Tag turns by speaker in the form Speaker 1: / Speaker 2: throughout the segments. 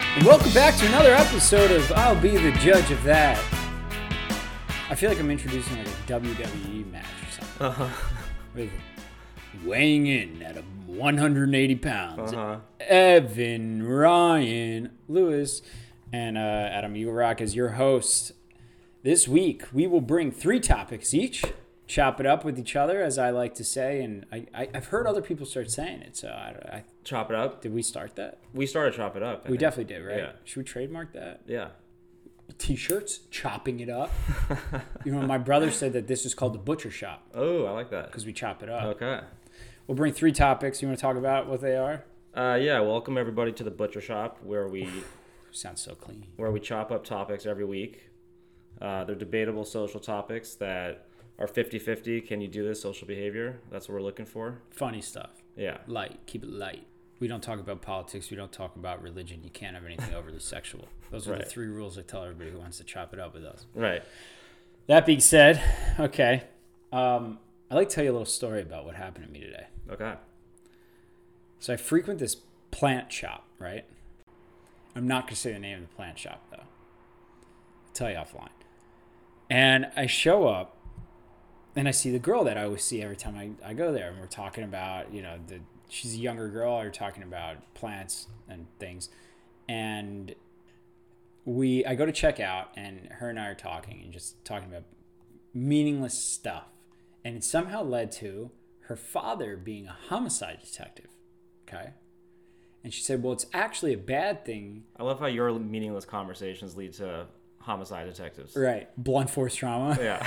Speaker 1: And welcome back to another episode of I'll Be the Judge of That. I feel like I'm introducing like a WWE match or something.
Speaker 2: Uh-huh.
Speaker 1: With weighing in at a 180 pounds,
Speaker 2: Uh-huh.
Speaker 1: Evan Ryan Lewis and uh, Adam Eaglerock is your host. This week, we will bring three topics each, chop it up with each other, as I like to say. And I, I, I've heard other people start saying it, so I, I,
Speaker 2: Chop it up.
Speaker 1: did we start that?
Speaker 2: We started chop it up. I
Speaker 1: We
Speaker 2: think.
Speaker 1: definitely did, right?
Speaker 2: Yeah.
Speaker 1: Should we trademark that?
Speaker 2: Yeah.
Speaker 1: T-shirts, chopping it up. you know, my brother said that this is called the butcher shop
Speaker 2: Oh, I like that.
Speaker 1: because we chop it up.
Speaker 2: Okay.
Speaker 1: We'll bring three topics. You want to talk about what they are?
Speaker 2: Uh, yeah. Welcome everybody to the butcher shop where we
Speaker 1: Sounds so clean.
Speaker 2: where we chop up topics every week. Uh, they're debatable social topics that are 50-50. Can you do this social behavior? That's what we're looking for.
Speaker 1: Funny stuff.
Speaker 2: Yeah.
Speaker 1: Light. Keep it light. We don't talk about politics. We don't talk about religion. You can't have anything overly sexual. Those are the
Speaker 2: Right.
Speaker 1: three rules I tell everybody who wants to chop it up with us.
Speaker 2: Right.
Speaker 1: That being said, okay. Um, I'd like to tell you a little story about what happened to me today.
Speaker 2: Okay.
Speaker 1: So I frequent this plant shop, right? I'm not going to say the name of the plant shop, though. I'll tell you offline. And I show up and I see the girl that I always see every time I, I go there. And we're talking about, you know, the, she's a younger girl. We're talking about plants and things. And we, I go to check out and her and I are talking and just talking about meaningless stuff. And it somehow led to her father being a homicide detective. Okay. And she said, well, it's actually a bad thing.
Speaker 2: I love how your meaningless conversations lead to homicide detectives.
Speaker 1: Right. Blunt force trauma.
Speaker 2: Yeah.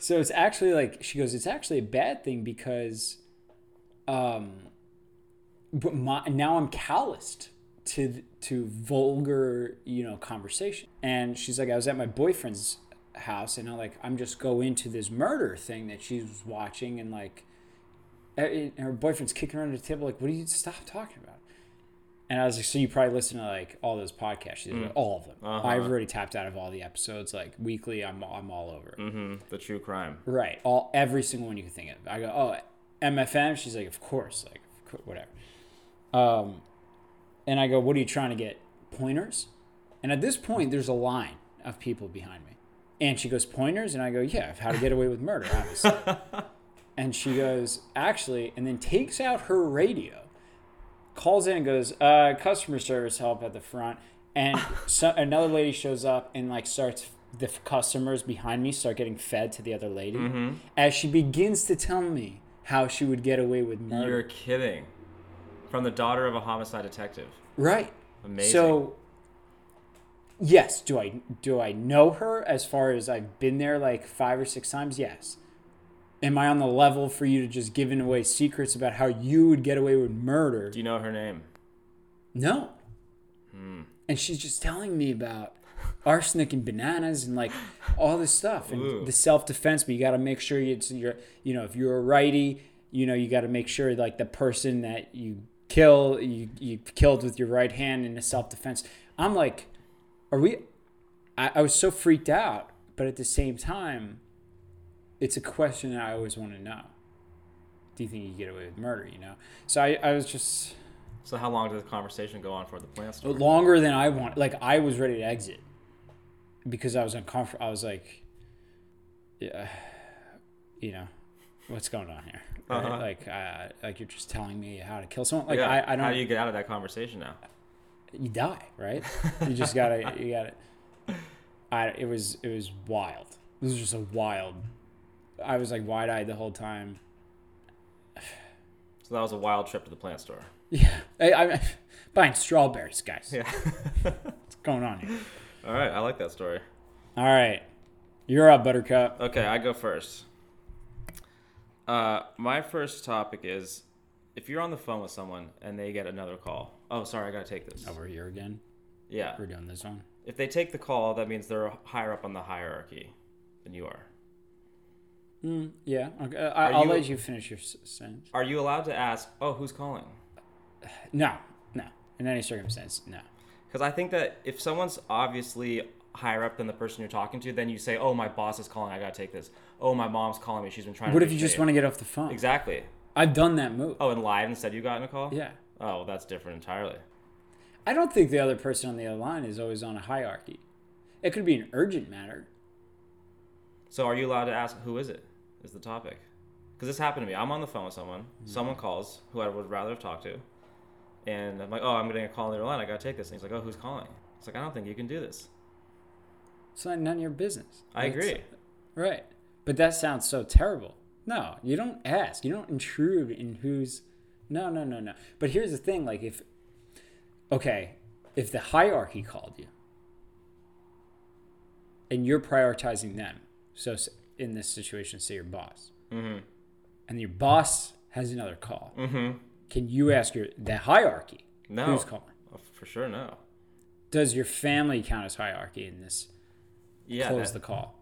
Speaker 1: So it's actually like, she goes, it's actually a bad thing because um, but my, now I'm calloused to, to vulgar, you know, conversation. And she's like, I was at my boyfriend's house and I like, I'm just go into this murder thing that she was watching and like, eh, and her boyfriend's kicking her under the table, like, what do you stop talking about? And I was like, so you probably listen to like all those podcasts, She's like, all of them. I've already tapped out of all the episodes, like weekly. I'm I'm all over it.
Speaker 2: hmm The true crime.
Speaker 1: Right, all every single one you can think of. I go, oh, MFM. She's like, of course, like of cour- whatever. Um, and I go, what are you trying to get pointers? And at this point, there's a line of people behind me, and she goes, pointers, and I go, yeah, how to get away with murder, obviously. and she goes, actually, and then takes out her radio, calls in and goes, uh, customer service help at the front. And so, another lady shows up and like starts the f- customers behind me start getting fed to the other lady as she begins to tell me how she would get away with murder.
Speaker 2: You're kidding. From the daughter of a homicide detective.
Speaker 1: Right.
Speaker 2: Amazing.
Speaker 1: So yes, do I do I know her as far as I've been there like five or six times? Yes. Am I on the level for you to just giving away secrets about how you would get away with murder?
Speaker 2: Do you know her name?
Speaker 1: No. And she's just telling me about arsenic and bananas and like all this stuff and
Speaker 2: Ooh.
Speaker 1: the self defense. But you got to make sure it's your, you know, if you're a righty, you know, you got to make sure like the person that you kill, you you killed with your right hand in a self defense. I'm like, are we? I, I was so freaked out, but at the same time, it's a question that I always want to know. Do you think you get away with murder? You know, so I, I was just.
Speaker 2: So how long did the conversation go on for the plant store?
Speaker 1: longer than I want. Like I was ready to exit because I was uncomfortable. I was like, yeah, you know, what's going on here? Right?
Speaker 2: Uh-huh.
Speaker 1: Like, uh, like you're just telling me how to kill someone. Like
Speaker 2: Yeah,
Speaker 1: I, I don't.
Speaker 2: How do you get out of that conversation now?
Speaker 1: you die, right? You just gotta, you gotta. I it was it was wild. This was just a wild. I was like wide eyed the whole time.
Speaker 2: So that was a wild trip to the plant store.
Speaker 1: Yeah, I, I'm buying strawberries, guys.
Speaker 2: Yeah.
Speaker 1: What's going on here?
Speaker 2: All right, I like that story.
Speaker 1: All right, you're up, Buttercup.
Speaker 2: Okay, I go first. Uh, my first topic is if you're on the phone with someone and they get another call. Oh, sorry, I gotta take this.
Speaker 1: Oh, we're here again.
Speaker 2: Yeah.
Speaker 1: We're doing this one.
Speaker 2: If they take the call, that means they're higher up on the hierarchy than you are.
Speaker 1: Mm, yeah. Okay. uh, I,
Speaker 2: Are
Speaker 1: I'll
Speaker 2: you-
Speaker 1: let you finish your s- sentence.
Speaker 2: Are you allowed to ask, oh, who's calling?
Speaker 1: No, no. In any circumstance, no.
Speaker 2: Because I think that if someone's obviously higher up than the person you're talking to, then you say, oh, my boss is calling, I gotta take this. Oh, my mom's calling me, she's been trying to.
Speaker 1: What if you
Speaker 2: reach
Speaker 1: just
Speaker 2: me."
Speaker 1: want to get off the phone?
Speaker 2: Exactly.
Speaker 1: I've done that move.
Speaker 2: Oh, and lied and said you got in a call?
Speaker 1: Yeah.
Speaker 2: Oh, well, that's different entirely.
Speaker 1: I don't think the other person on the other line is always on a hierarchy. It could be an urgent matter.
Speaker 2: So are you allowed to ask who is it? Is the topic? Because this happened to me. I'm on the phone with someone.
Speaker 1: Mm-hmm.
Speaker 2: Someone calls who I would rather have talked to, and I'm like, oh, I'm getting a call on the other line. I gotta take this. And he's like, oh, who's calling? It's like I don't think you can do this.
Speaker 1: It's not none of your business.
Speaker 2: I
Speaker 1: It's-
Speaker 2: agree.
Speaker 1: Right. But that sounds so terrible. No, you don't ask. You don't intrude in who's. No, no, no, no. But here's the thing like, if. Okay, if the hierarchy called you and you're prioritizing them, so s- in this situation, say your boss,
Speaker 2: Mm-hmm.
Speaker 1: and your boss has another call,
Speaker 2: Mm-hmm.
Speaker 1: can you ask your the hierarchy
Speaker 2: No.
Speaker 1: who's calling?
Speaker 2: Oh, For sure, no.
Speaker 1: Does your family count as hierarchy in this?
Speaker 2: Yeah.
Speaker 1: Close
Speaker 2: that-
Speaker 1: the call.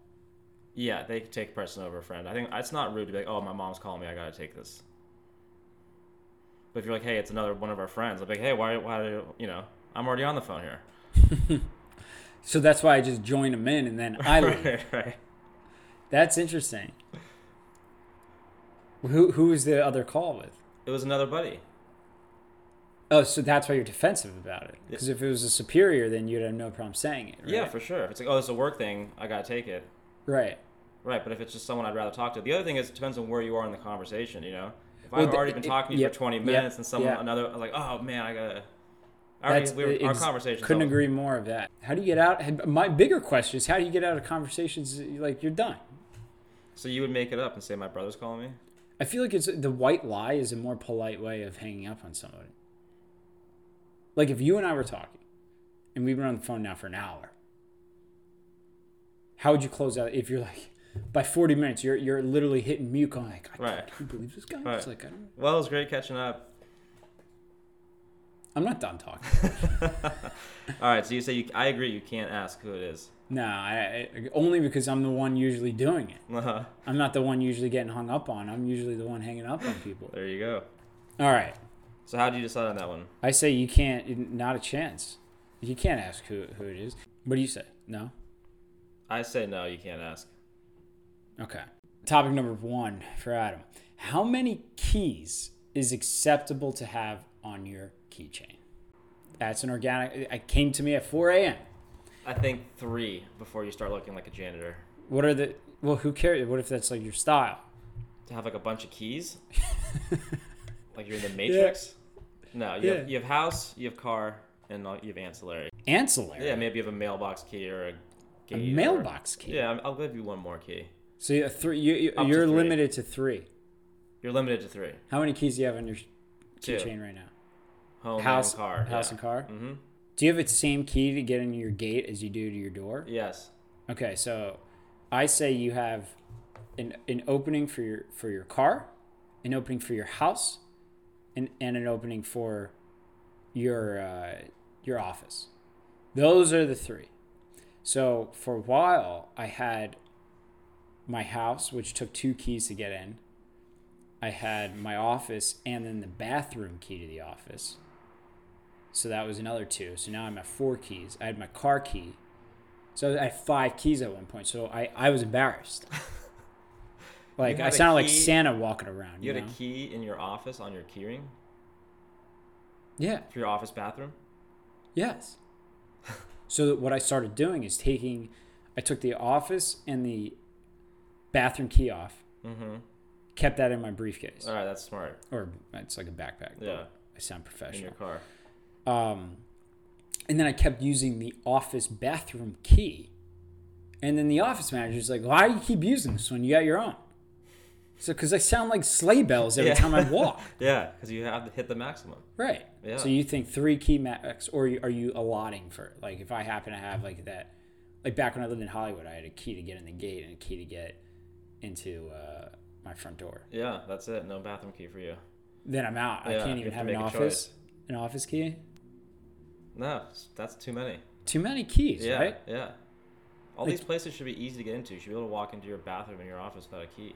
Speaker 2: Yeah, they could take person over a friend. I think it's not rude to be like, oh, my mom's calling me. I gotta take this. But if you're like, hey, it's another one of our friends, I'm like, hey, why, why, do you, you know, I'm already on the phone here.
Speaker 1: So that's why I just join them in and then I leave.
Speaker 2: right, right.
Speaker 1: That's interesting. Who who was the other call with?
Speaker 2: It was another buddy.
Speaker 1: Oh, so that's why you're defensive about it. Because if it was a superior, then you'd have no problem saying it. Right?
Speaker 2: Yeah, for sure. If it's like, oh, it's a work thing, I gotta take it.
Speaker 1: right.
Speaker 2: Right, but if it's just someone I'd rather talk to, the other thing is it depends on where you are in the conversation. You know, if
Speaker 1: Well,
Speaker 2: I've
Speaker 1: the-
Speaker 2: already been
Speaker 1: it-
Speaker 2: talking to you
Speaker 1: yep,
Speaker 2: for 20
Speaker 1: yep,
Speaker 2: minutes and someone
Speaker 1: yeah.
Speaker 2: another, I'm like, oh man, I gotta. I already, we were, our
Speaker 1: ex-
Speaker 2: conversation
Speaker 1: Couldn't agree more of that. How do you get out? had- My bigger question is how do you get out of conversations that you- like you're done?
Speaker 2: So you would make it up and say, my brother's calling me.
Speaker 1: I feel like it's the white lie is a more polite way of hanging up on somebody. Like if you and I were talking, and we've been on the phone now for an hour, how would you close out if you're like, by forty minutes you're you're literally hitting mute, going like, I
Speaker 2: Right.
Speaker 1: can't, can you believe this guy?
Speaker 2: Right.
Speaker 1: It's like I don't,
Speaker 2: Well, it was great catching up.
Speaker 1: I'm not done talking.
Speaker 2: All right, so you say you, I agree. You can't ask who it is.
Speaker 1: no, I, I only because I'm the one usually doing it.
Speaker 2: Uh-huh.
Speaker 1: I'm not the one usually getting hung up on. I'm usually the one hanging up on people.
Speaker 2: There you go.
Speaker 1: All right.
Speaker 2: So how do you decide on that one?
Speaker 1: I say you can't, not a chance. You can't ask who, who it is. What do you say? No?
Speaker 2: I say no. You can't ask.
Speaker 1: Okay. Topic number one for Adam How many keys is acceptable to have on your keychain? That's an organic. It came to me at 4 a.m.
Speaker 2: I think three before you start looking like a janitor.
Speaker 1: What are the. Well, who cares? What if that's like your style?
Speaker 2: To have like a bunch of keys, like you're in the Matrix. No, you,
Speaker 1: Yeah.
Speaker 2: have, you have house, you have car, and all- you have ancillary.
Speaker 1: Ancillary.
Speaker 2: Yeah, maybe you have a mailbox key or a gate.
Speaker 1: a
Speaker 2: or-
Speaker 1: mailbox key.
Speaker 2: Yeah, I'm- I'll give you one more key.
Speaker 1: So you, three, you, you,
Speaker 2: Up to
Speaker 1: you're
Speaker 2: three.
Speaker 1: limited to three.
Speaker 2: You're limited to three.
Speaker 1: How many keys do you have on your
Speaker 2: Two.
Speaker 1: keychain right now?
Speaker 2: Home,
Speaker 1: House-
Speaker 2: and car.
Speaker 1: house
Speaker 2: yeah.
Speaker 1: and car?
Speaker 2: Mm-hmm.
Speaker 1: Do you have the same key to get into your gate as you do to your door?
Speaker 2: Yes.
Speaker 1: Okay, so I say you have an, an opening for your for your car, an opening for your house, and, and an opening for your uh, your office. Those are the three. So for a while, I had my house, which took two keys to get in. I had my office and then the bathroom key to the office. So that was another two. So now I'm at four keys. I had my car key. So I had five keys at one point. So I, I was embarrassed. Like
Speaker 2: You
Speaker 1: I
Speaker 2: had a
Speaker 1: sounded like
Speaker 2: key-
Speaker 1: Santa walking around.
Speaker 2: You
Speaker 1: You,
Speaker 2: had
Speaker 1: know?
Speaker 2: a key in your office on your keyring
Speaker 1: Yeah.
Speaker 2: for your office bathroom.
Speaker 1: Yes. so that what I started doing is taking, I took the office and the bathroom key off,
Speaker 2: Mm-hmm.
Speaker 1: kept that in my briefcase,
Speaker 2: All right, that's smart.
Speaker 1: or it's like a backpack. but
Speaker 2: Uh. Yeah.
Speaker 1: I sound
Speaker 2: In your
Speaker 1: professional.
Speaker 2: car.
Speaker 1: Um, and then I kept using the office bathroom key, and then the office manager's like, "Why do you keep using this one? You got your own." So, because I sound like sleigh bells every
Speaker 2: Yeah.
Speaker 1: time I walk,
Speaker 2: Yeah, because you have to hit the maximum.
Speaker 1: right?
Speaker 2: Yeah.
Speaker 1: So you think three key max, or you- are you allotting for it? like if I happen to have like that, like back when I lived in Hollywood, I had a key to get in the gate and a key to get into uh, my front door.
Speaker 2: Yeah, that's it. No bathroom key for you.
Speaker 1: Then I'm out. I
Speaker 2: Yeah,
Speaker 1: can't
Speaker 2: you
Speaker 1: even
Speaker 2: have
Speaker 1: have
Speaker 2: to
Speaker 1: an
Speaker 2: make a
Speaker 1: office, an office key.
Speaker 2: No, s- that's too many.
Speaker 1: Too many keys,
Speaker 2: Yeah,
Speaker 1: right?
Speaker 2: yeah. All
Speaker 1: Like-
Speaker 2: these places should be easy to get into. You should be able to walk into your bathroom in your office without a key.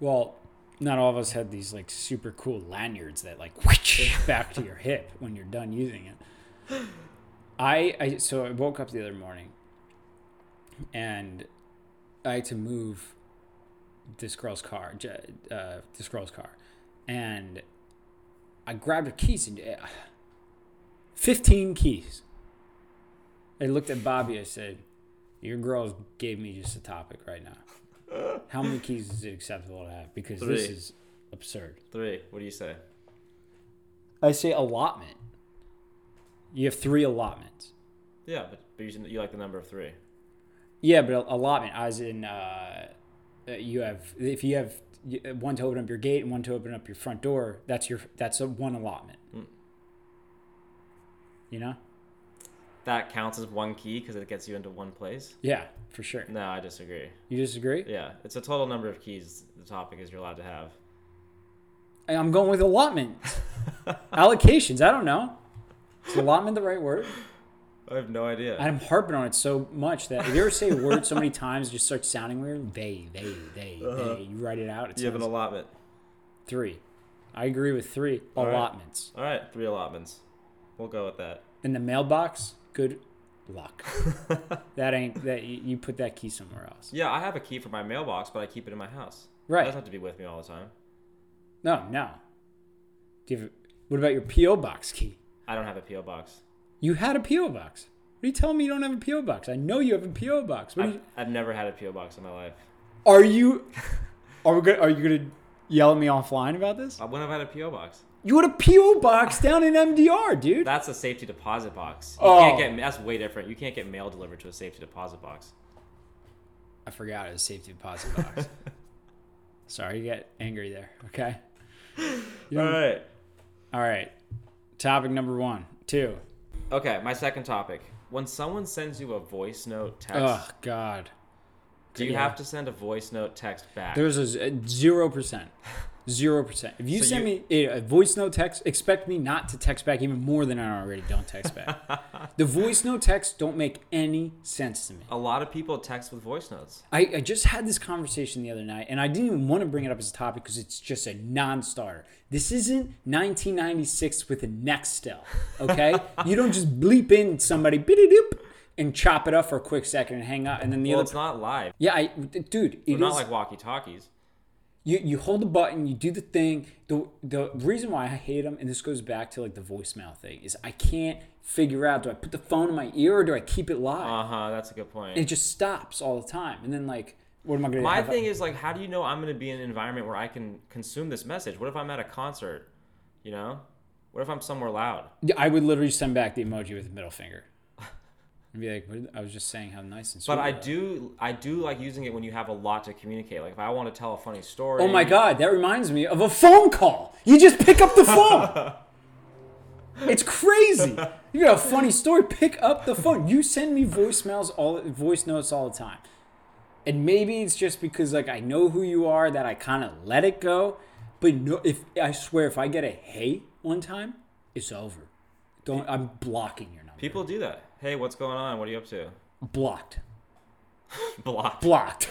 Speaker 1: Well, not all of us had these like super cool lanyards that like whoosh, back to your hip when you're done using it. I, I so I woke up the other morning and I had to move this girl's car, j- uh, this girl's car, and I grabbed her keys and uh, 15 keys. I looked at Bobby. I said, Your girls gave me just a topic right now. How many keys is it acceptable to have? Because this
Speaker 2: Three.
Speaker 1: is absurd.
Speaker 2: Three. What do you say?
Speaker 1: I say allotment. You have three allotments.
Speaker 2: Yeah, but, but you, you like the number of three.
Speaker 1: Yeah, but allotment, as in uh, uh, you have, if you have y- one to open up your gate and one to open up your front door, that's your, that's a one allotment.
Speaker 2: Mm.
Speaker 1: You know?
Speaker 2: That counts as one key because it gets you into one place.
Speaker 1: Yeah, for sure.
Speaker 2: No, I disagree.
Speaker 1: You disagree?
Speaker 2: Hmm. Yeah, it's a total number of keys the topic is you're allowed to have.
Speaker 1: I- I'm going with allotment. Allocations, I don't know. Is allotment the right word?
Speaker 2: I have no idea.
Speaker 1: I'm harping on it so much that if you ever say a word so many times, it just starts sounding weird. They, they, they, they. You write it out. It
Speaker 2: Uh-huh. you have an
Speaker 1: sounds-
Speaker 2: allotment.
Speaker 1: three. I agree with three
Speaker 2: All right.
Speaker 1: allotments.
Speaker 2: All right, three allotments. We'll go with that.
Speaker 1: In the mailbox, good luck. that ain't that you you put that key somewhere else.
Speaker 2: Yeah, I have a key for my mailbox, but I keep it in my house. It
Speaker 1: Right.
Speaker 2: doesn't have to be with me all the time.
Speaker 1: No, no. Do you have, what about your PO box key?
Speaker 2: I don't have a PO box.
Speaker 1: You had a PO box. What are you telling me you don't have a PO box? I know you have a PO box. What are
Speaker 2: I've,
Speaker 1: you,
Speaker 2: I've never had a PO box in my life.
Speaker 1: are you are we gonna, are you going to yell at me offline about this?
Speaker 2: Uh, When have I had a PO box?
Speaker 1: You had a PO box down in MDR, dude.
Speaker 2: That's a safety deposit box. You
Speaker 1: Oh.
Speaker 2: can't get that's way different. You can't get mail delivered to a safety deposit box.
Speaker 1: I forgot it was safety deposit box. Sorry, you got angry there. Okay. You
Speaker 2: All
Speaker 1: don't-
Speaker 2: right.
Speaker 1: All right. Topic number one, two.
Speaker 2: Okay, my second topic. When someone sends you a voice note text,
Speaker 1: Oh God.
Speaker 2: do you
Speaker 1: yeah.
Speaker 2: have to send a voice note text back?
Speaker 1: There's a z- a zero percent. Zero percent. If you
Speaker 2: So
Speaker 1: send
Speaker 2: you-
Speaker 1: me a a voice note text, expect me not to text back even more than I already don't text back. the voice note texts don't make any sense to me.
Speaker 2: a lot of people text with voice notes.
Speaker 1: I, I just had this conversation the other night, and I didn't even want to bring it up as a topic because it's just a non-starter. This isn't 1996 with a Nextel, okay? you don't just bleep in somebody, doop, and chop it up for a quick second and hang up, and then the
Speaker 2: Well,
Speaker 1: other.
Speaker 2: it's not live.
Speaker 1: Yeah, I, dude, it
Speaker 2: They're not
Speaker 1: is-
Speaker 2: like walkie talkies.
Speaker 1: you you hold the button, you do the thing. The the reason why I hate them, and this goes back to like the voicemail thing, is I can't figure out do I put the phone in my ear or do I keep it live?
Speaker 2: Uh huh. That's a good point.
Speaker 1: it just stops all the time, and then like, what am I gonna?
Speaker 2: My
Speaker 1: have-
Speaker 2: thing is like, how do you know I'm going to be in an environment where I can consume this message? What if I'm at a concert? You know, what if I'm somewhere loud?
Speaker 1: Yeah, I would literally send back the emoji with the middle finger. And be like, what did- I was just saying how nice and sweet.
Speaker 2: But I
Speaker 1: you are."
Speaker 2: do, I do like using it when you have a lot to communicate. Like if I want to tell a funny story.
Speaker 1: Oh my god, that reminds me of a phone call. You just pick up the phone. it's crazy. You got a funny story, pick up the phone. You send me voicemails all voice notes all the time. And maybe it's just because like I know who you are that I kind of let it go, but no if I swear if I get a hey one time, it's over. Don't I'm blocking your number.
Speaker 2: People do that. Hey, what's going on? What are you up to?
Speaker 1: Blocked.
Speaker 2: Block.
Speaker 1: Blocked.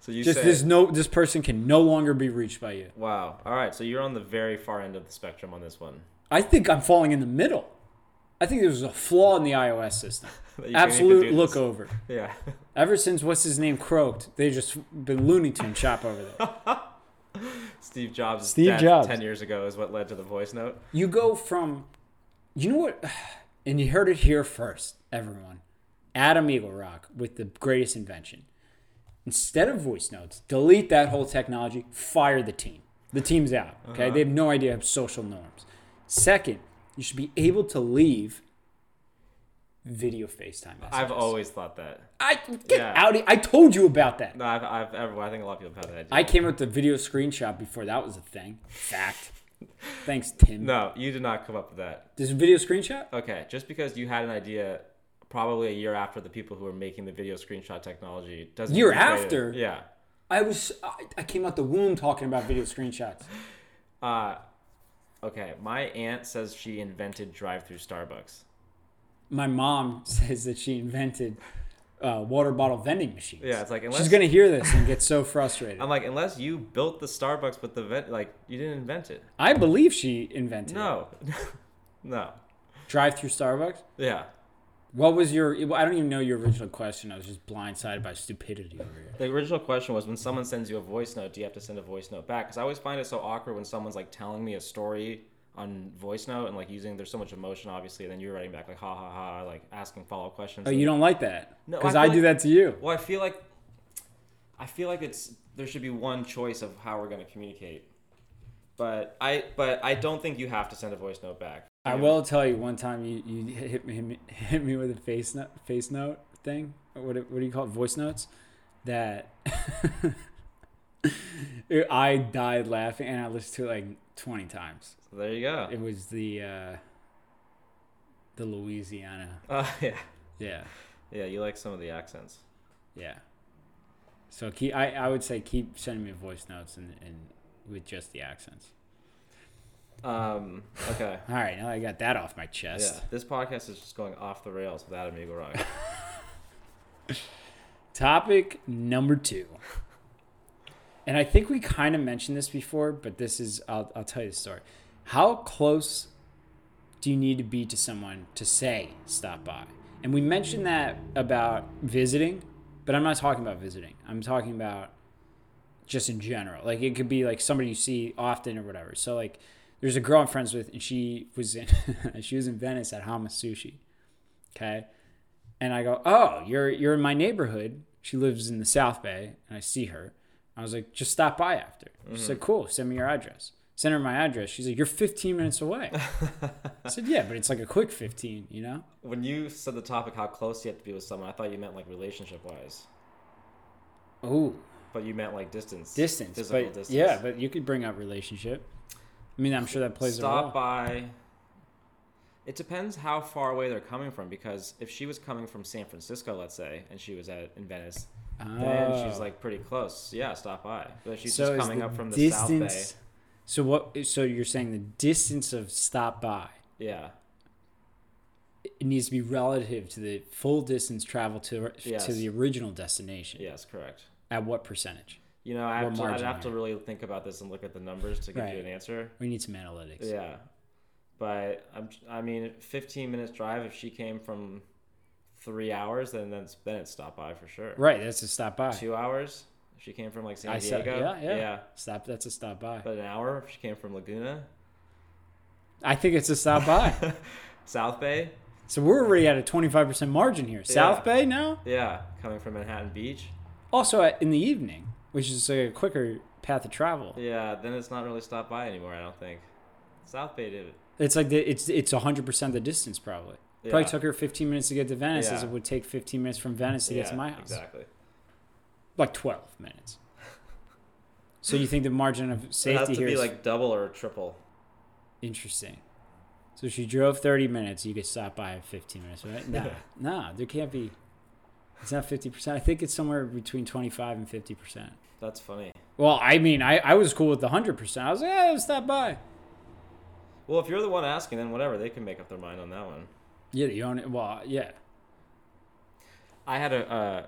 Speaker 2: So you
Speaker 1: Just
Speaker 2: say,
Speaker 1: this no this person can no longer be reached by you.
Speaker 2: wow. All right. So you're on the very far end of the spectrum on this one.
Speaker 1: I think I'm falling in the middle. I think there's a flaw in the iOS system.
Speaker 2: That you can't
Speaker 1: Absolute
Speaker 2: even do
Speaker 1: look
Speaker 2: this.
Speaker 1: over.
Speaker 2: Yeah.
Speaker 1: Ever since what's his name croaked, they just been Looney Tune chop over there.
Speaker 2: Steve Jobs.
Speaker 1: Steve
Speaker 2: death
Speaker 1: Jobs.
Speaker 2: Ten years ago is what led to the voice note.
Speaker 1: You go from, you know what, and you heard it here first, everyone. Adam Eagle Rock with the greatest invention. Instead of voice notes, delete that whole technology. Fire the team. The team's out. Okay,
Speaker 2: Uh-huh.
Speaker 1: they have no idea of social norms. Second, you should be able to leave video FaceTime. Messages.
Speaker 2: I've always thought that.
Speaker 1: I get
Speaker 2: Yeah.
Speaker 1: out. Of, I told you about that.
Speaker 2: No, I've, I've ever. I think a lot of people have that idea.
Speaker 1: I came up with the video screenshot before that was a thing. Fact. Thanks, Tim.
Speaker 2: No, you did not come up with that.
Speaker 1: This video screenshot?
Speaker 2: Okay, just because you had an idea probably a year after the people who were making the video screenshot technology doesn't
Speaker 1: Year
Speaker 2: mean you created
Speaker 1: after?
Speaker 2: it. Yeah.
Speaker 1: I was I, I came out the womb talking about video screenshots.
Speaker 2: Uh, okay, my aunt says she invented drive-through Starbucks.
Speaker 1: My mom says that she invented uh, water bottle vending machines.
Speaker 2: Yeah, it's like unless Um,
Speaker 1: She's gonna hear this and get so frustrated.
Speaker 2: I'm like unless you built the Starbucks with the vent, like you didn't invent it.
Speaker 1: I believe she invented
Speaker 2: No, no.
Speaker 1: drive through Starbucks.
Speaker 2: Yeah,
Speaker 1: What was your? I don't even know your original question. I was just blindsided by stupidity over here.
Speaker 2: the original question was when someone sends you a voice note, do you have to send a voice note back? Because I always find it so awkward when someone's like telling me a story on voice note and like using there's so much emotion obviously and then you're writing back like ha ha ha like asking follow up questions
Speaker 1: Oh, you don't like that?
Speaker 2: No, I
Speaker 1: Because
Speaker 2: feel
Speaker 1: I do
Speaker 2: like-
Speaker 1: that to you.
Speaker 2: well I feel like I feel like it's there should be one choice of how we're going to communicate but I but I don't think you have to send a voice note back
Speaker 1: I will tell you one time you, you hit me hit me- hit me with a face note face note thing. Or What do- what do you call it? Voice notes. That I died laughing and I listened to it like twenty times.
Speaker 2: so there you go
Speaker 1: It was the uh, the Louisiana.
Speaker 2: uh, yeah
Speaker 1: Yeah,
Speaker 2: yeah you like some of the accents
Speaker 1: yeah. So keep, I I would say keep sending me voice notes and, and with just the accents.
Speaker 2: um okay
Speaker 1: All right, now I got that off my chest.
Speaker 2: yeah this podcast is just going off the rails without Amigo Rock
Speaker 1: Topic number two. And I think we kind of mentioned this before, but this is, I'll, I'll tell you the story. How close do you need to be to someone to say, stop by? And we mentioned that about visiting, but I'm not talking about visiting. I'm talking about just in general. Like it could be like somebody you see often or whatever. So, like, there's a girl I'm friends with, and she was in, she was in Venice at Hama Sushi. Okay. And I go, "Oh, you're you're in my neighborhood." She lives in the South Bay, and I see her. I was like, "Just stop by after." She said,
Speaker 2: Mm-hmm.
Speaker 1: "Cool. Send me your address." Send her my address. She's like, "You're 15 minutes away." I said, "Yeah, but it's like a quick 15, you know."
Speaker 2: When you said the topic how close you have to be with someone, I thought you meant like relationship wise,
Speaker 1: Oh,
Speaker 2: but you meant like distance,
Speaker 1: distance,
Speaker 2: physical
Speaker 1: but
Speaker 2: distance.
Speaker 1: yeah, but you could bring up relationship. I mean, I'm sure that plays a role.
Speaker 2: stop by. It depends how far away they're coming from because if she was coming from San Francisco, let's say, and she was at in Venice, then she's
Speaker 1: Oh.
Speaker 2: like pretty close. Yeah, stop by. But if she's
Speaker 1: is
Speaker 2: just coming
Speaker 1: the
Speaker 2: up from the South
Speaker 1: So what? So you're saying the distance of stop by
Speaker 2: Bay, yeah,
Speaker 1: it needs to be relative to the full distance travel to
Speaker 2: Yes.
Speaker 1: to the original destination.
Speaker 2: yes, correct.
Speaker 1: At what percentage?
Speaker 2: You know, I have
Speaker 1: What
Speaker 2: to, I'd
Speaker 1: margin
Speaker 2: have to
Speaker 1: there?
Speaker 2: really think about this and look at the numbers to give
Speaker 1: Right.
Speaker 2: you an answer.
Speaker 1: We need some analytics.
Speaker 2: Yeah, but I'm, I mean, 15 minutes drive. If she came from three hours, then then it's, then it's stop by for sure.
Speaker 1: Right, that's a stop by.
Speaker 2: Two hours. If she came from like San
Speaker 1: I
Speaker 2: Diego.
Speaker 1: said, yeah, yeah, Stop. That's a stop by.
Speaker 2: But an hour. If she came from Laguna,
Speaker 1: I think it's a stop by.
Speaker 2: South Bay.
Speaker 1: so we're already at a twenty five percent margin here. South Bay now.
Speaker 2: Yeah, coming from Manhattan Beach.
Speaker 1: Also at, in the evening, which is like a quicker path of travel.
Speaker 2: Yeah, then it's not really stop by anymore. I don't think. South Bay did it.
Speaker 1: It's like the, it's it's hundred percent the distance probably. Probably
Speaker 2: Yeah.
Speaker 1: took her fifteen minutes to get to Venice, as
Speaker 2: Yeah.
Speaker 1: it would take fifteen minutes from Venice to get to
Speaker 2: Yeah,
Speaker 1: my house.
Speaker 2: Exactly.
Speaker 1: Like twelve minutes. So you think the margin of
Speaker 2: So it has
Speaker 1: safety
Speaker 2: to
Speaker 1: here
Speaker 2: be
Speaker 1: is
Speaker 2: like double or triple.
Speaker 1: Interesting. So she drove 30 minutes. You could stop by at 15 minutes, right? Nah, nah, there can't be. It's not 50%. I think it's somewhere between 25 and 50%.
Speaker 2: That's funny.
Speaker 1: Well, I mean, I, I was cool with the 100%. I was like, yeah, stop by.
Speaker 2: Well, if you're the one asking, then whatever. They can make up their mind on that one.
Speaker 1: Yeah, you own it. Well, yeah.
Speaker 2: I had a uh,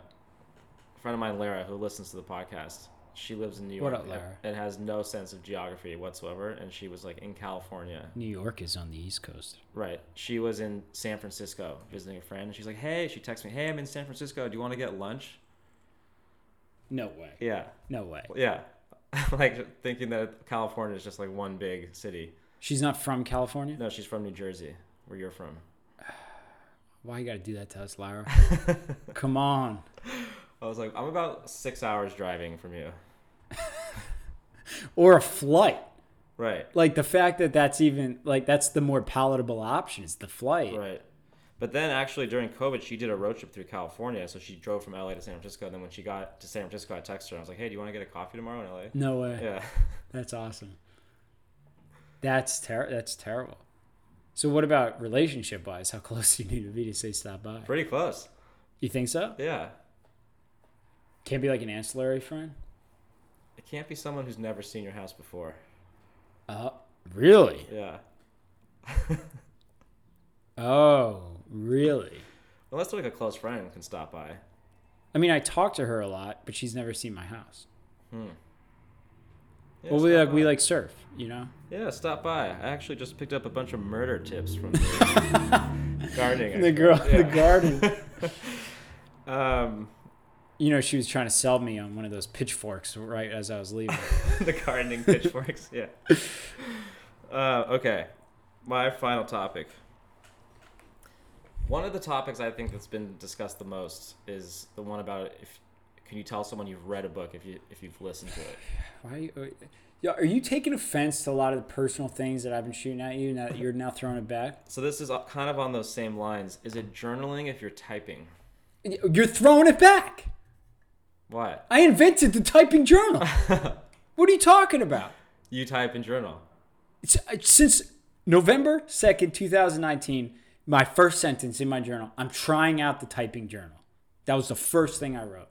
Speaker 2: friend of mine, Lara, who listens to the podcast. She lives in New York
Speaker 1: What up, Lara?
Speaker 2: and has no sense of geography whatsoever. And she was like in California,
Speaker 1: New York is on the East Coast.
Speaker 2: right? She was in San Francisco visiting a friend, and she's like, "Hey," she texts me, "Hey, I'm in San Francisco. Do you want to get lunch?"
Speaker 1: No way.
Speaker 2: Yeah,
Speaker 1: No way.
Speaker 2: yeah. like thinking that California is just like one big city.
Speaker 1: She's not from California?
Speaker 2: No, she's from New Jersey, where you're from.
Speaker 1: Why you got to do that to us, Lyra? Come on.
Speaker 2: I was like, I'm about six hours driving from you,
Speaker 1: Or a flight.
Speaker 2: right?
Speaker 1: Like the fact that that's even, like, that's the more palatable option is the flight.
Speaker 2: Right. But then actually during COVID, she did a road trip through California. So she drove from LA to San Francisco. And then when she got to San Francisco, I texted her. I was like, hey, do you want to get a coffee tomorrow in LA?
Speaker 1: No way.
Speaker 2: Yeah.
Speaker 1: That's awesome. That's ter- That's terrible. So what about relationship wise? How close do you need to be to say stop by?
Speaker 2: Pretty close.
Speaker 1: You think so?
Speaker 2: Yeah.
Speaker 1: Can't be like an ancillary friend.
Speaker 2: It can't be someone who's never seen your house before.
Speaker 1: Uh, really?
Speaker 2: Yeah.
Speaker 1: Oh, really?
Speaker 2: Unless they're like a close friend can stop by.
Speaker 1: I mean, I talk to her a lot, but she's never seen my house.
Speaker 2: Yeah,
Speaker 1: Well, we
Speaker 2: stop
Speaker 1: like we
Speaker 2: by.
Speaker 1: like surf, you know.
Speaker 2: Yeah, stop by. I actually just picked up a bunch of murder tips from gardening.
Speaker 1: The girl, the garden.
Speaker 2: Um,
Speaker 1: You know, she was trying to sell me on one of those pitchforks right as I was leaving.
Speaker 2: the gardening pitchforks. Yeah. Uh, okay. my final topic. One of the topics I think that's been discussed the most is the one about if can you tell someone you've read a book if you if you've listened to it.
Speaker 1: Why are you, uh, yeah, are you taking offense to a lot of the personal things that I've been shooting at you now that you're now throwing it back?
Speaker 2: So this is kind of on those same lines. Is it journaling if you're typing?
Speaker 1: You're throwing it back.
Speaker 2: What?
Speaker 1: I invented the typing journal. what are you talking about?
Speaker 2: You type in journal.
Speaker 1: It's, it's since November 2nd, 2019, my first sentence in my journal, I'm trying out the typing journal. That was the first thing I wrote.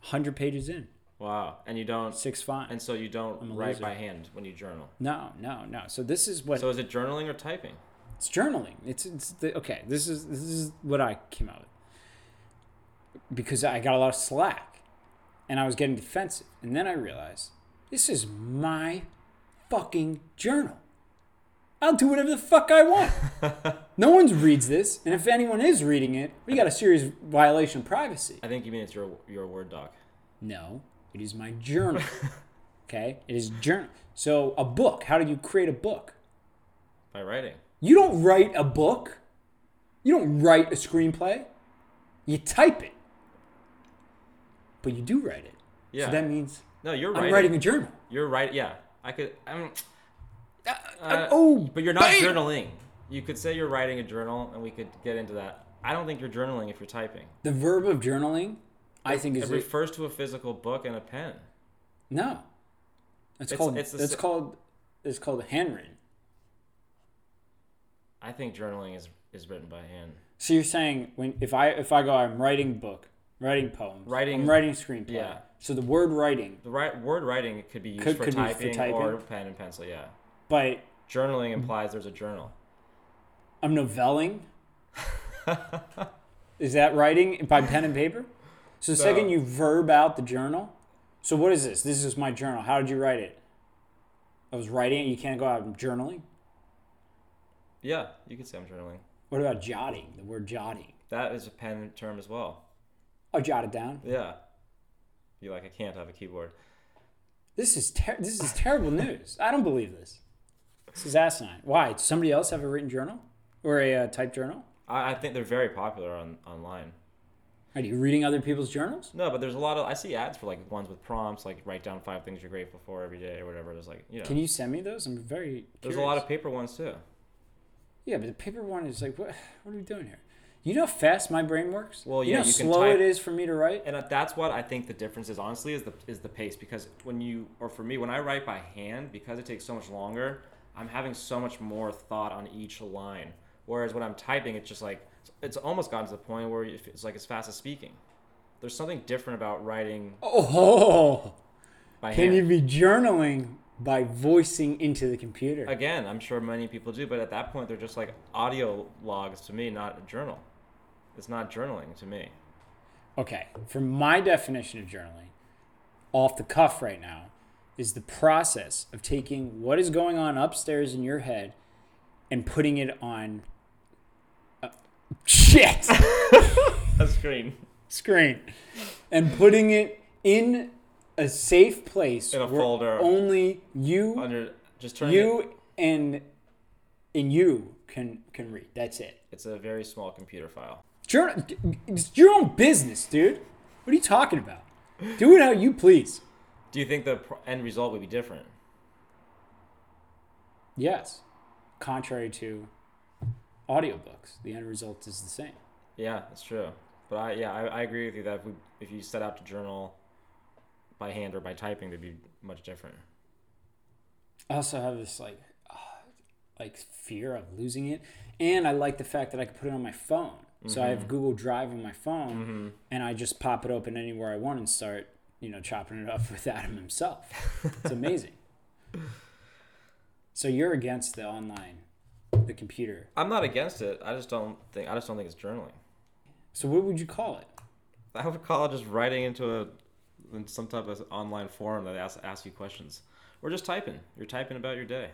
Speaker 1: 100 pages in,
Speaker 2: Wow. And you don't
Speaker 1: six font.
Speaker 2: and so you don't
Speaker 1: a
Speaker 2: write
Speaker 1: loser.
Speaker 2: by hand when you journal.
Speaker 1: no, no, no. So this is what
Speaker 2: So is it journaling or typing?
Speaker 1: it's journaling. It's, it's the, okay. This is this is what I came out with because I got a lot of slack, and I was getting defensive. And then I realized this is my fucking journal. I'll do whatever the fuck I want. no one reads this, and if anyone is reading it, we got a serious violation of privacy.
Speaker 2: I think you mean it's your your word doc.
Speaker 1: No, it is my journal. okay, it is journal. So a book. How do you create a book?
Speaker 2: By writing.
Speaker 1: You don't write a book. You don't write a screenplay. You type it. But you do write it.
Speaker 2: Yeah.
Speaker 1: So that means
Speaker 2: no, you're
Speaker 1: I'm
Speaker 2: writing.
Speaker 1: writing a journal.
Speaker 2: You're right. Yeah. I could I'm
Speaker 1: Uh,
Speaker 2: Uh,
Speaker 1: oh,
Speaker 2: But you're not
Speaker 1: bam!
Speaker 2: journaling. You could say you're writing a journal, and we could get into that. I don't think you're journaling if you're typing.
Speaker 1: The verb of journaling, I think
Speaker 2: It
Speaker 1: is a-
Speaker 2: refers to a physical book and a pen.
Speaker 1: no. It's,
Speaker 2: It's-
Speaker 1: called.
Speaker 2: it's the
Speaker 1: it's
Speaker 2: s-
Speaker 1: called. It's called handwritten.
Speaker 2: I think journaling is is written by hand.
Speaker 1: So you're saying when if I if I go I'm writing book, writing poems,
Speaker 2: Writing-
Speaker 1: I'm writing screenplay.
Speaker 2: yeah.
Speaker 1: So the word writing,
Speaker 2: The right word writing could be used
Speaker 1: Could-
Speaker 2: for,
Speaker 1: could be for
Speaker 2: typing
Speaker 1: typing. Mm-hmm.
Speaker 2: or pen and pencil. Yeah,
Speaker 1: but
Speaker 2: journaling implies there's a journal.
Speaker 1: I'm novelling. is that writing by pen and paper? So the second
Speaker 2: No.
Speaker 1: you verb out the journal. So what is this? This is my journal. How did you write it? I was writing it. You can't go out and journaling.
Speaker 2: Yeah, you could say I'm journaling.
Speaker 1: What about jotting? The word jotting.
Speaker 2: That is a pen term as well.
Speaker 1: I'll jot it down.
Speaker 2: Yeah, you like I can't have a keyboard.
Speaker 1: This is ter- this is terrible news. I don't believe this. This is asinine. Why? Does somebody else have a written journal or a uh, typed journal?
Speaker 2: I, I think they're very popular on online.
Speaker 1: Are you reading other people's journals?
Speaker 2: No, but there's a lot of I see ads for like ones with prompts, like write down five things you're grateful for every day or whatever. There's like you know,
Speaker 1: Can you send me those? I'm very.
Speaker 2: there's
Speaker 1: curious.
Speaker 2: a lot of paper ones too.
Speaker 1: Yeah, but the paper one is like, what? What are we doing here? You know how fast my brain works.
Speaker 2: Well,
Speaker 1: you
Speaker 2: yeah,
Speaker 1: know how
Speaker 2: you can
Speaker 1: slow
Speaker 2: type-
Speaker 1: it is for me to write.
Speaker 2: And that's what I think the difference is honestly is the is the pace because when you or for me when I write by hand because it takes so much longer, I'm having so much more thought on each line. Whereas when I'm typing, it's just like it's almost gotten to the point where if it's like as fast as speaking. There's something different about writing
Speaker 1: Oh,
Speaker 2: by
Speaker 1: can
Speaker 2: hand.
Speaker 1: you be journaling by voicing into the computer?
Speaker 2: Again, I'm sure many people do, but at that point, they're just like audio logs to me, not a journal. It's not journaling to me.
Speaker 1: Okay, from my definition of journaling, off the cuff right now, is the process of taking what is going on upstairs in your head and putting it on. uh, Shit!
Speaker 2: A screen.
Speaker 1: screen and putting it in a safe place
Speaker 2: In a folder.
Speaker 1: only you
Speaker 2: Under, just turning it-
Speaker 1: you and and you can can read that's it
Speaker 2: It's a very small computer file.
Speaker 1: Journal, d- it's your own business dude what are you talking about do it how you please
Speaker 2: Do you think the pr- end result would be different?
Speaker 1: yes contrary to audiobooks the end result is the same
Speaker 2: Yeah, that's true. But I, yeah, I, I agree with you that if, we, if you set out to journal by hand or by typing, they'd be much different.
Speaker 1: I also have this like uh, like fear of losing it, and I like the fact that I can put it on my phone. So I have Google Drive on my phone, and I just pop it open anywhere I want and start you know chopping it up with Adam himself. It's amazing. so you're against the online, the computer.
Speaker 2: I'm not against it. I just don't think I just don't think it's journaling.
Speaker 1: So what would you call it?
Speaker 2: I would call it just writing into a in some type of online forum that asks asks you questions, or just typing. You're typing about your day.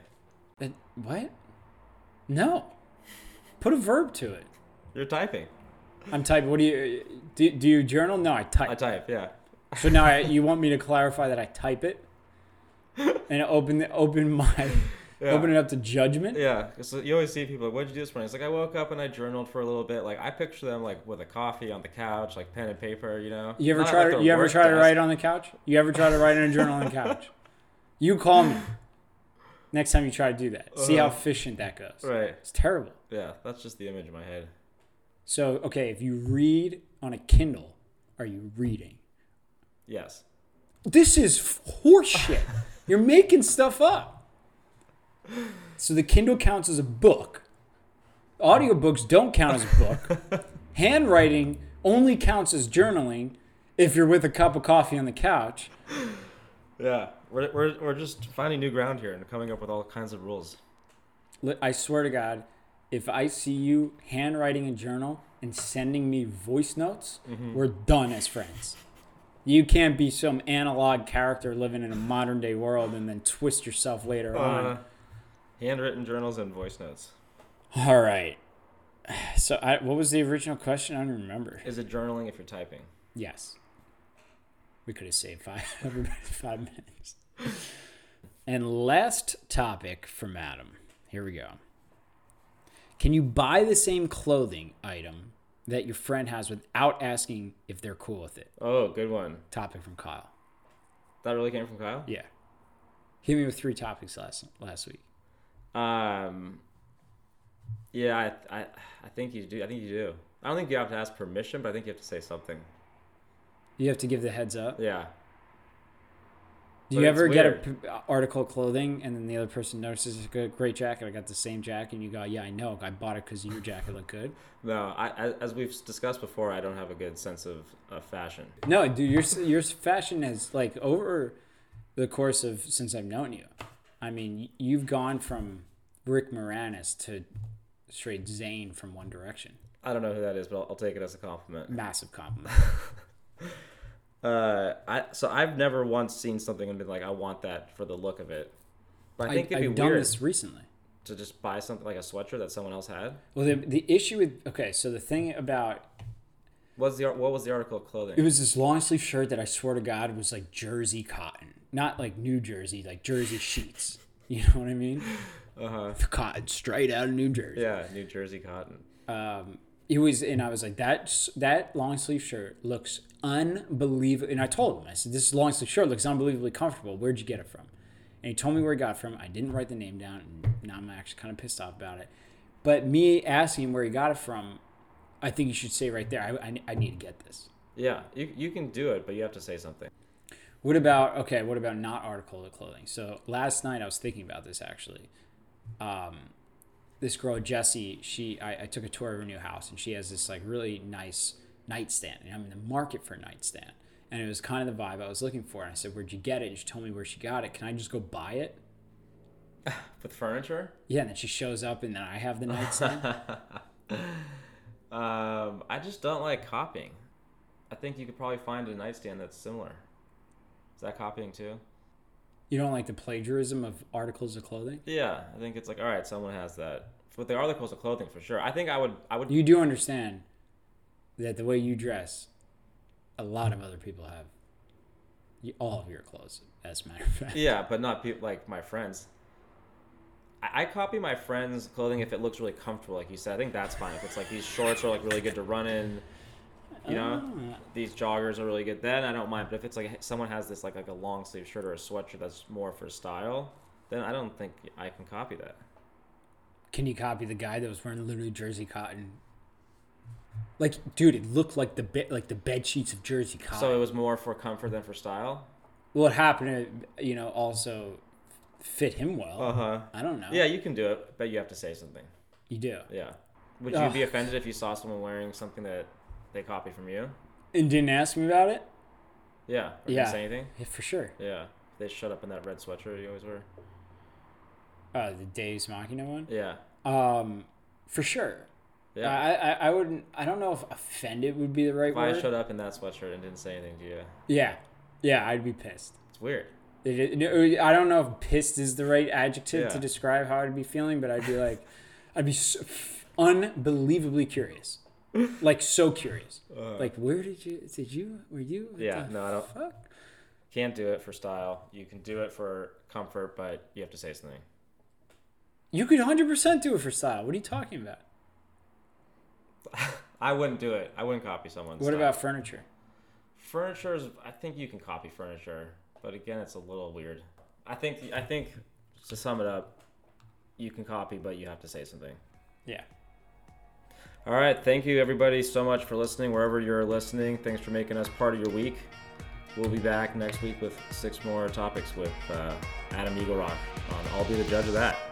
Speaker 1: It, Uh, what? No. Put a verb to it.
Speaker 2: You're typing.
Speaker 1: I'm typing. What do you do? Do you journal? No, I type.
Speaker 2: I type. Yeah.
Speaker 1: So now I, you want me to clarify that I type it and open the, open my
Speaker 2: Yeah.
Speaker 1: open it up to judgment.
Speaker 2: Yeah, so you always see people like, "What'd you do this morning?" It's like I woke up and I journaled for a little bit. Like I picture them like with a coffee on the couch, like pen and paper. You know.
Speaker 1: You ever
Speaker 2: Not
Speaker 1: try
Speaker 2: at
Speaker 1: to
Speaker 2: their
Speaker 1: you ever
Speaker 2: work
Speaker 1: try to
Speaker 2: desk.
Speaker 1: write on the couch? You ever try to write in a journal on the couch? You call me next time you try to do that. See how
Speaker 2: Uh-huh.
Speaker 1: efficient that goes.
Speaker 2: Right.
Speaker 1: It's terrible.
Speaker 2: Yeah, that's just the image in my head.
Speaker 1: So okay, if you read on a Kindle, are you reading?
Speaker 2: Yes.
Speaker 1: This is f- horseshit. You're making stuff up. So the Kindle counts as a book. Audiobooks don't count as a book. Handwriting only counts as journaling if you're with a cup of coffee on the couch.
Speaker 2: Yeah, we're, we're, we're just finding new ground here and coming up with all kinds of rules.
Speaker 1: Li- I swear to God, if I see you handwriting a journal and sending me voice notes, we're done as friends. You can't be some analog character living in a modern day world and then twist yourself later on.
Speaker 2: Uh, handwritten journals and voice notes.
Speaker 1: All right. So, I, what was the original question? I don't remember.
Speaker 2: Is it journaling if you're typing?
Speaker 1: Yes. We could have saved five, everybody five minutes. And last topic from Adam. Here we go. Can you buy the same clothing item that your friend has without asking if they're cool with it?
Speaker 2: Oh, good one.
Speaker 1: Topic from Kyle.
Speaker 2: That really came from Kyle.
Speaker 1: Yeah. Hit me with three topics last last week.
Speaker 2: Um. Yeah, I, I I think you do. I think you do. I don't think you have to ask permission, but I think you have to say something.
Speaker 1: You have to give the heads up.
Speaker 2: Yeah.
Speaker 1: Do
Speaker 2: But
Speaker 1: you
Speaker 2: it's
Speaker 1: ever get a p- uh, article of clothing and then the other person notices it's a good- great jacket? I got the same jacket, and you go, "Yeah, I know. I bought it because your jacket looked good."
Speaker 2: No, I, I as we've discussed before, I don't have a good sense of, of fashion.
Speaker 1: No, dude, your your fashion has like over the course of since I've known you. I mean, you've gone from Rick Moranis to straight Zayn from One Direction.
Speaker 2: I don't know who that is, but I'll, I'll take it as a compliment.
Speaker 1: Massive compliment.
Speaker 2: Uh, I so I've never once seen something and been like, I want that for the look of it. But I
Speaker 1: I
Speaker 2: think
Speaker 1: have
Speaker 2: it'd be
Speaker 1: done
Speaker 2: weird
Speaker 1: this recently.
Speaker 2: to just buy something like a sweatshirt that someone else had.
Speaker 1: Well, the the issue with okay, so the thing about
Speaker 2: What's the ar- what was the article of clothing?
Speaker 1: It was this long sleeve shirt that I swear to God was like Jersey cotton, not like New Jersey, like Jersey sheets. You know what I mean? Uh huh. Cotton straight out of New Jersey.
Speaker 2: yeah, New Jersey cotton.
Speaker 1: Um, it was, and I was like, that s- that long sleeve shirt looks unbelievable. And I told him, I said, this long sleeve shirt looks unbelievably comfortable. Where'd you get it from? And he told me where he got it from. I didn't write the name down, and now I'm actually kind of pissed off about it. But me asking him where he got it from, I think you should say right there, I, I, I need to get this.
Speaker 2: Yeah, you you can do it, but you have to say something.
Speaker 1: What about okay? What about not article of clothing? So last night I was thinking about this actually. Um, this girl Jessie, she I, I took a tour of her new house, and she has this like really nice nightstand, and I'm in the market for a nightstand, and it was kind of the vibe I was looking for. And I said, "Where'd you get it?" And she told me where she got it. Can I just go buy it?
Speaker 2: With furniture,
Speaker 1: Yeah, and then she shows up, and then I have the nightstand.
Speaker 2: um, I just don't like copying. I think you could probably find a nightstand that's similar. Is that copying too?
Speaker 1: you don't like the plagiarism of articles of clothing?
Speaker 2: Yeah, I think it's like all right, someone has that. With the articles of clothing, for sure. I think I would I would
Speaker 1: You do understand that the way you dress, a lot of other people have you, all of your clothes, as a matter of fact.
Speaker 2: Yeah, but not peop like my friends. I, I copy my friends' clothing if it looks really comfortable, like you said. I think that's fine. If it's like these shorts are like really good to run in, you know,
Speaker 1: Ah,
Speaker 2: these joggers are really good. Then I don't mind. But if it's like someone has this like like a long sleeve shirt or a sweatshirt that's more for style, then I don't think I can copy that.
Speaker 1: can you copy the guy that was wearing literally jersey cotton? Like, dude, it looked like the be- like the bed sheets of jersey cotton.
Speaker 2: So it was more for comfort than for style.
Speaker 1: well, it happened to you know also fit him well.
Speaker 2: Uh huh.
Speaker 1: I don't know.
Speaker 2: Yeah, you can do it, but you have to say something.
Speaker 1: you do.
Speaker 2: Yeah. Would you
Speaker 1: Ugh.
Speaker 2: be offended if you saw someone wearing something that they copied from you?
Speaker 1: And didn't ask me about it.
Speaker 2: Yeah. Or didn't
Speaker 1: Yeah.
Speaker 2: Say anything?
Speaker 1: Yeah, for sure.
Speaker 2: Yeah. They shut up in that red sweatshirt you always wear.
Speaker 1: Uh, the Dave's Machina one.
Speaker 2: Yeah.
Speaker 1: Um, for sure.
Speaker 2: Yeah.
Speaker 1: I, I I wouldn't. I don't know if offended would be the right
Speaker 2: if
Speaker 1: word.
Speaker 2: I showed up in that sweatshirt and didn't say anything to you,
Speaker 1: Yeah, yeah, I'd be pissed.
Speaker 2: it's weird.
Speaker 1: It- it- it- I don't know if pissed is the right adjective to
Speaker 2: Yeah.
Speaker 1: describe how I'd be feeling, but I'd be like, I'd be so, unbelievably curious, like so curious. like, where did you? Did you? Were you? what
Speaker 2: Uh. Yeah,
Speaker 1: the
Speaker 2: no, I don't-
Speaker 1: Fuck?
Speaker 2: Can't do it for style. You can do it for comfort, but you have to say something.
Speaker 1: You could 100% do it for style. What are you talking about?
Speaker 2: I wouldn't do it. I wouldn't copy someone's.
Speaker 1: What
Speaker 2: style.
Speaker 1: about furniture?
Speaker 2: furniture? Is I think you can copy furniture, but again, it's a little weird. I think I think to sum it up, you can copy, but you have to say something.
Speaker 1: Yeah.
Speaker 2: All right, thank you everybody so much for listening wherever you're listening. Thanks for making us part of your week. We'll be back next week with six more topics with uh, Adam Eagle Rock on I'll Be the Judge of That.